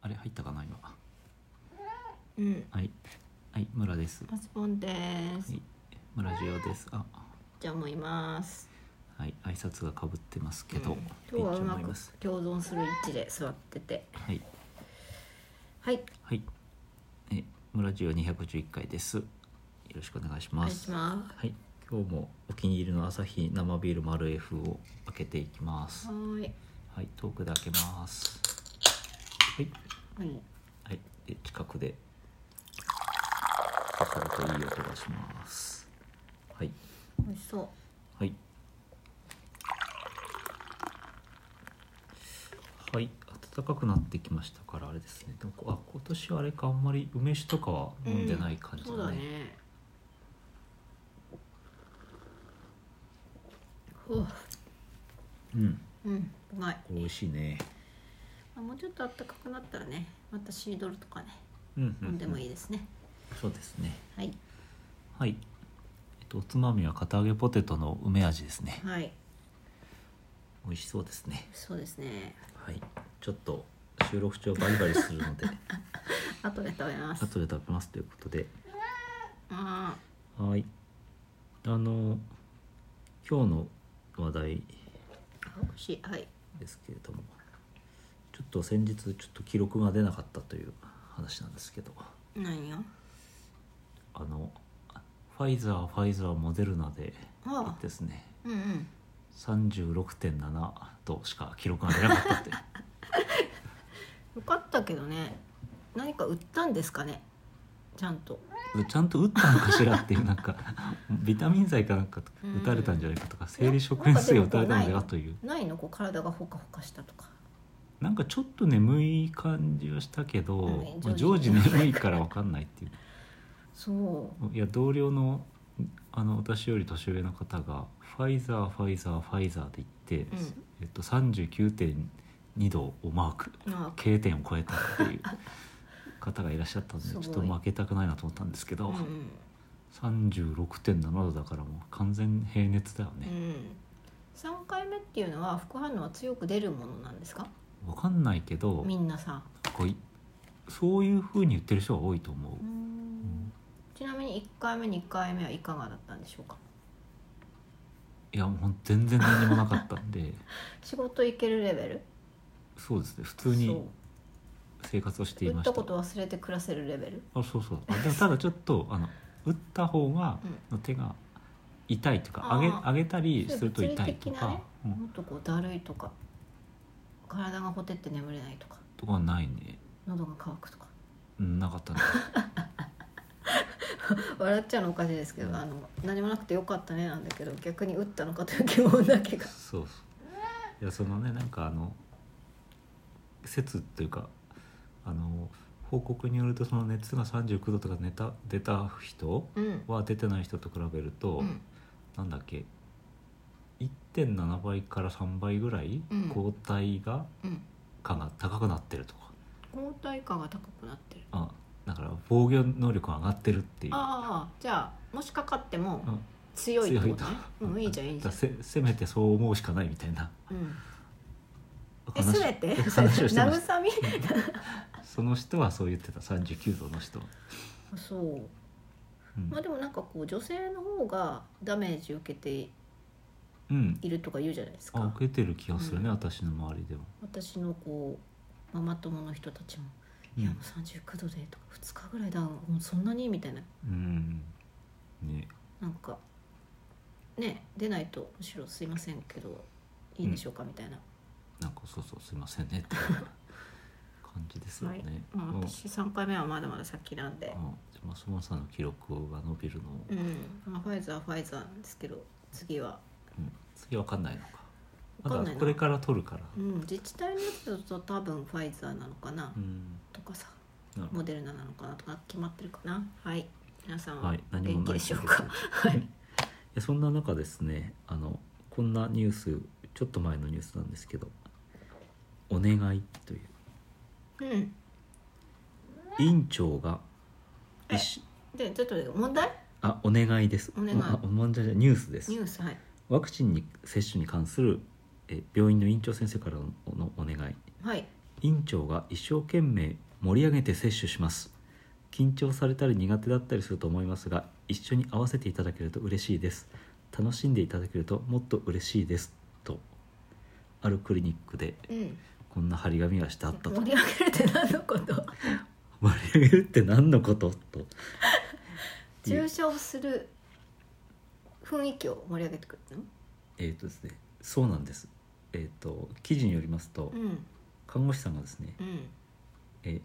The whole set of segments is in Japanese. あれ入ったかな今うんはいはい村ですパスポンではす、い村ジオですあじゃあもういますはい挨拶がかぶってますけど、うん今日はいいうまと思いくます共存する位置で座っててはいはいはいえ村ジオ211回ですよろしくお願いしおま願いすしまはい今日もお気に入りの朝日生ビール丸 F を開けていきますすはーいはいトークで開けますはいはいはい、で近くで測るといい音がします。はい、美味しそうはい。はい、暖かくなってきましたからあれですね。でもこあ今年はあれかあんまり梅酒とかは飲んでない感じそうだだねね。ほううん、うんうまいこれ美味しいね。あもうちょっと暖かくなったらねまたシードルとかねうんうん、うん、飲んでもいい。いですね、そうですね。はいはい。えっとおつまみは片揚げポテトの梅味ですね。はい美味しそうですね。そうですねはい、ちょっと収録中はバリバリするの で。後で食べます後で食べますということであはいあの今日の話題ー美味しいはいですけれどもちょっと先日ちょっと記録が出なかったという話なんですけど何よあのファイザーファイザーモデルナであですねうんうん36.7としか記録が出なかったっていう よかったけどね何か売ったんですかねちゃんとちゃんと打ったのかしらっていうなんかビタミン剤かなんかうん打たれたんじゃないかとか生理食塩水を打たれたのではというないのこう体がほかほかしたとかなんかちょっと眠い感じはしたけど、うんまあ常常時時眠いから分かんないっていうそいや同僚のあの私より年上の方がファイザーファイザーファイザーって言って、うんえっと、39.2度をマークうまあ K 点を超えたっていう方がいらっしゃったんでちすょごっいと負けたくないなと思ったんですけうど、ん36.7度だからもう完全平熱だようね、ん3回目っていうのは副反応は強く出るものなんですか分かんないけどみんなさこうそういうふうに言ってる人が多いと思う。ううんんちなみに1回目2回目はいかがだったんでしょうかいやもう全然何もなかったんで 仕事行けるレベルそうですね普通にそ生活をしてうい打まっしたたこと忘れて暮らせるレベルあそうそうあでもただちょっとあの打った方がの手が痛いというかあ上げー上げたりすると痛いとそういう物理か、うんもっとこうだるいとか体がほてって眠れないとかとかないね、喉が渇くとかうん、なかったね笑っちゃうのおかしいですけど、うんあの何もなくてよかったねなんだけど逆に打ったのかという疑問だけがそうそういやそのねなんかあの説というかあの報告によるとその熱が39度とか出た出た人うん、は出てない人と比べると、うん、なんだっけ1.7倍から3倍ぐらいうん抗体が、うん、感が高くなってるとか抗体価が高くなってるあだから防御能力が上がってるっていうああじゃあもしかかってもうん強いってことね強うんいいじゃんいいじだかゃんらせせめてそう思うしかないみたいなうん、え話すべて話をして ました慰みその人はそう言ってた39度の人、あそううんまあでもなんかこう女性の方がダメージ受けてうんいるとか言うじゃないですあか受けてる気がするね、うん私の周りでも、私のこうママ友の人たちも「うん、いやもう39度で」とか「2日ぐらいだもうそんなに?」みたいなうんねなんかね出ないとむしろすいませんけどいいんでしょうかみたいな、なんかそうそうすいませんねっていう感じですよね、まあうん私3回目はまだまだ先なんで、あじゃあマスモンさんの記録が伸びるのを、うんまあ、ファイザーファイザーなんですけど次はうん次わかんないのかわかまんなだいなこれから取るからう、ん、自治体のやつだと多分ファイザーなのかな、うん、とかさなるほモデルナなのかなとか決まってるかなはい皆さんどははい何も元な気いでしょうか、 はいやそんな中ですねあのこんなニュースちょっと前のニュースなんですけど「お願い」といううん院長がえ医師でちょっと問題あお願いですお願いあお問題じゃないニュースですニュースはいワクチンに接種に関するえ病院の院長先生からののお願いはい院長が一生懸命盛り上げて摂取します緊張されたり苦手だったりすると思いますが一緒に合わせていただけると嬉しいです楽しんでいただけるともっと嬉しいですとあるクリニックでうんこんな張り紙がしてあったと盛り上げるって何のこと盛り上げるって何のことと重症する雰囲気を盛り上げてくるのえーとですねそうなんですえっ、と記事によりますとうん看護師さんがですね、うんえ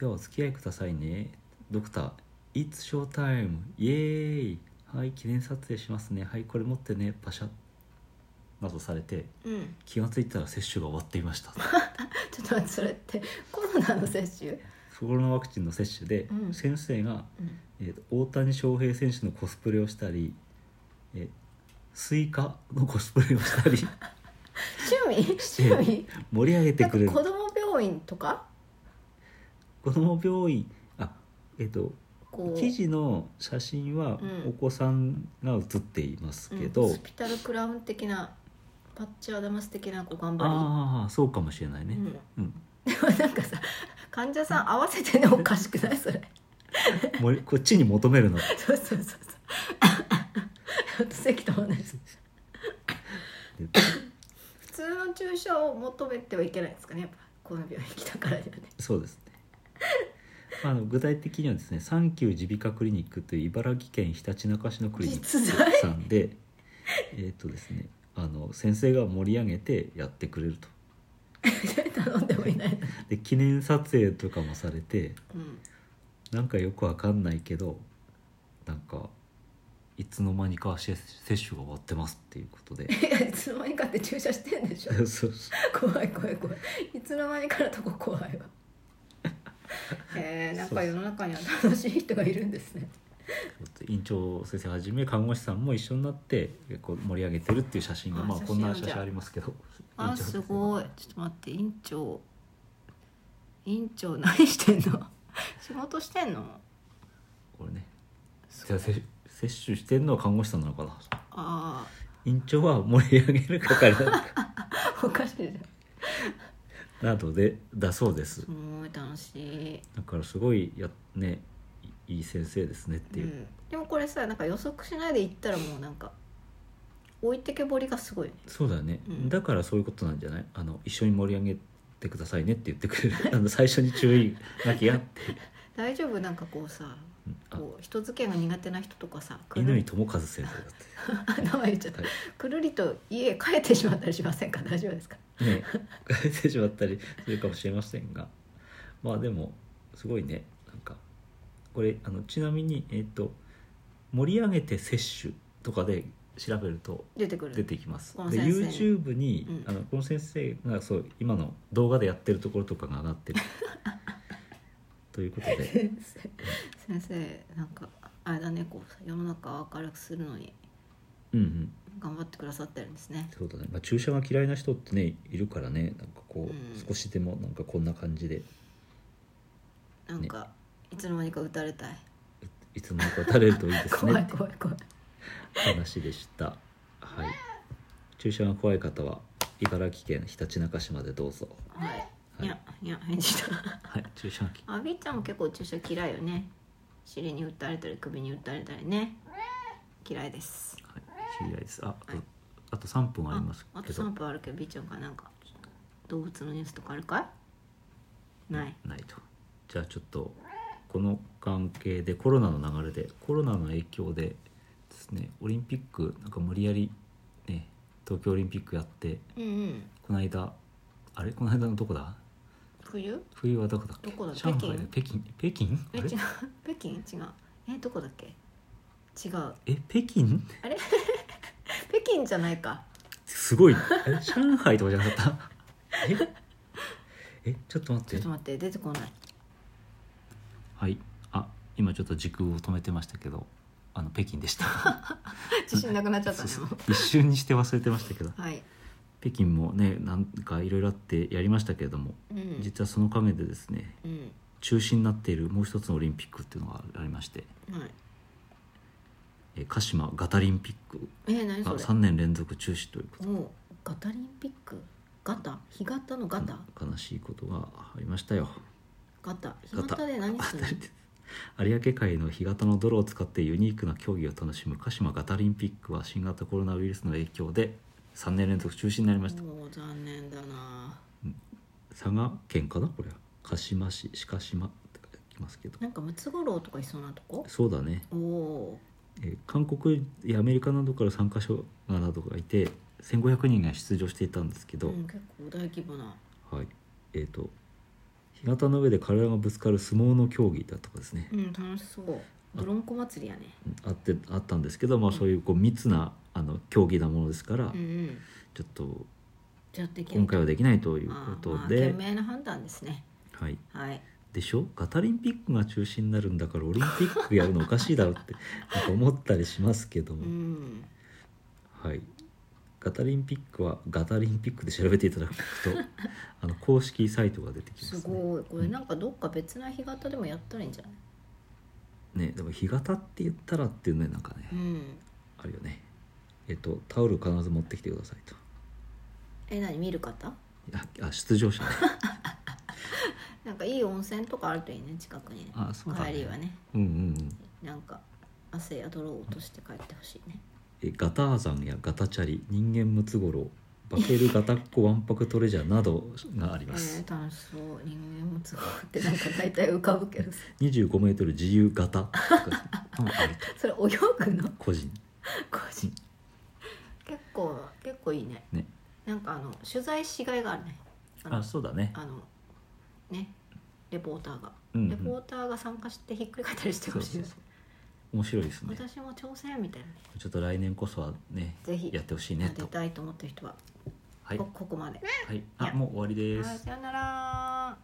ではお付き合いくださいねドクター「It's Showtime! イエーイ!」はい記念撮影しますねはいこれ持ってねパシャなどされてうん気が付いたら接種が終わっていました ちょっと待ってそれってコロナの接種そこのワクチンの接種で、うん先生が、うんえーと大谷翔平選手のコスプレをしたり、えースイカのコスプレをした り趣味趣味盛り上げてなんくかれる子供病院とか子ども病院あえっ、とこう記事の写真はうんお子さんが写っていますけど、うん、ホスピタルクラウン的なパッチアダマス的なこう頑張ああそうかもしれないり、ね、うんうん、でもなんかさ患者さん合わせてねおかしくないそれもうこっちに求めるのそうそうそうそうちょっと席と同じ 普通の注射を求めてはいけないですかねやっぱこの病院来たからにはねそうです ねあの具体的にはですねサンキュー耳鼻科クリニックという茨城県ひたちなか市のクリニック実在さん でえっとですねあの先生が盛り上げてやってくれると頼んでもいないのに、で記念撮影とかもされてうん、なんかよくわかんないけどなんかいつの間にか接種が終わってますっていうこと で いやいつの間にかって注射してんでしょそうそう怖い怖い怖いいつの間にかのとこ 怖いわえー、なんか世の中には楽しい人がいるんですね院長先生はじめ看護師さんも一緒になってこう盛り上げてるっていう写真があまあ写真こんなじゃ写ん真ありますけどあすごいいちょっと待って院長院長何してんの仕事してんのこれねじゃあせ接種してるのは看護師さんなのかなあ院長は盛り上げる係だあおかしいじゃなどでだそうですんすごい楽しい、だからすごいやねいいい先生ですねっていうう、ん、でもこれさなんか予測しないで行ったらもうなんか置いてけぼりがすごいねそうだね、うんだからそういうことなんじゃないあの一緒に盛り上げてくださいねって言ってくれるあの最初に注意なきゃ って大丈夫なんかこうさうんあこう人付き合いが苦手な人とかさくる乾り友和先生だってと名前言っちゃったはいくるりと家へ帰ってしまったりしませんか大丈夫ですか ね変えてしまったりするかもしれませんがまあでもすごいねなんかこれあのちなみにえっ、と盛り上げて接種とかで調べると出てくる出てきますこので先生 YouTube に、うんあのこの先生がそう今の動画でやってるところとかが上が ってるということで先生先生なんかあれだねこう世の中を明るくするのにうんうん頑張ってくださってるんですねそうだね、まあ、注射が嫌いな人ってねいるからねなんかこう、うん少しでもなんかこんな感じでなんか、いつの間にか打たれたいいつもこう垂れるといいですね怖っいて怖い怖い話でした。はい。注射が怖い方は茨城県ひたちなか市までどうぞ。はいはいいやいや返事だはい、注射があびっちゃんも結構注射嫌いよね尻に打たれたり首に打たれたりね嫌いですはい、嫌いです。あ、あとあと三分ありますああけとど3、分あるけどびっちゃんからなんか動物のニュースとかあるかいないないと。じゃあちょっとこの関係でコロナの流れでコロナの影響でですね、オリンピックなんか無理やりね、東京オリンピックやってうんうんこの間あれこの間のどこだ？冬冬はどこだっけ？どこだ上海で北京北京？あえ違うれ？北京違うえどこだっけ違うえ北京？北京じゃないかすごい。え上海とかじゃなか った。え、え、ちょっと待ちょっってと。待って出てこないはい。あ、今ちょっと時空を止めてましたけど、あの北京でした。自信なくな っちゃったねそうもそう う一瞬にして忘れてましたけど、はい、北京もね、なんかいろいろあってやりましたけれども、うん実はその陰でですね、うん中止になっているもう一つのオリンピックっていうのがありまして、はい、え鹿島ガタリンピックえ何そがれ3年連続中止ということ。もうガタリンピックガタ干潟のガタ悲しいことがありましたよガタ干ガタ潟で何する の有明海の干潟の泥を使ってユニークな競技を楽しむ鹿島ガタリンピックは新型コロナウイルスの影響で3年連続中止になりましたもう残念だな佐賀県かなこれは鹿島市鹿島って書きますけどなんかムツゴロウとかいそうなとこそうだねおおえー韓国やアメリカなどから参加者などがいて1500人が出場していたんですけー、ど、うん、結構大規模なはいえー、と干潟の上で体がぶつかる相撲の競技だとかですね、うん楽しそうどろんこ祭りやねあってあったんですけど、まあ、そういうこう密なあの競技なものですから、うんうんちょっとじゃあできない今回はできないというこまあまとあで賢、明な判断ですねはい、はいでしょガタリンピックが中止になるんだからオリンピックやるのおかしいだろうって なんか思ったりしますけども、うんはい、ガタリンピックはガタリンピックで調べていただ くとあの公式サイトが出てきますすね。ごいこれなんかどっか別な干潟でもやったらいいんじゃないねでも干潟って言ったらっていうねなんかね、うんあるよね。えっとタオル必ず持ってきてくださいと。え何見る方ああ出 場者、ね、なんかいい温泉とかあるといいね近くにねあそうだね帰りはねうんうんうん。なんか汗や泥を落として帰ってほしいねえガターザンやガタチャリ人間ムツゴロウバケルガタッコわんぱくトレジャーなどがありえます。ー、楽しそう人間もつごってなんか大体浮かぶけどさ 25メートル自由型 とかうんあるとそれ泳ぐの個人個人結構結構いいねね。なんかあの取材しがいがあるねあのあそうだね。あのねレポーターが、うんうんレポーターが参加してひっくり返ったりしてそうほしいそうよねそう。面白いですね。私も挑戦みたいなねちょっと来年こそはねぜひやってほしいね出と。たいと思ってる人は、はいこここまで、はい。いあやもう終わりではいす。さよなら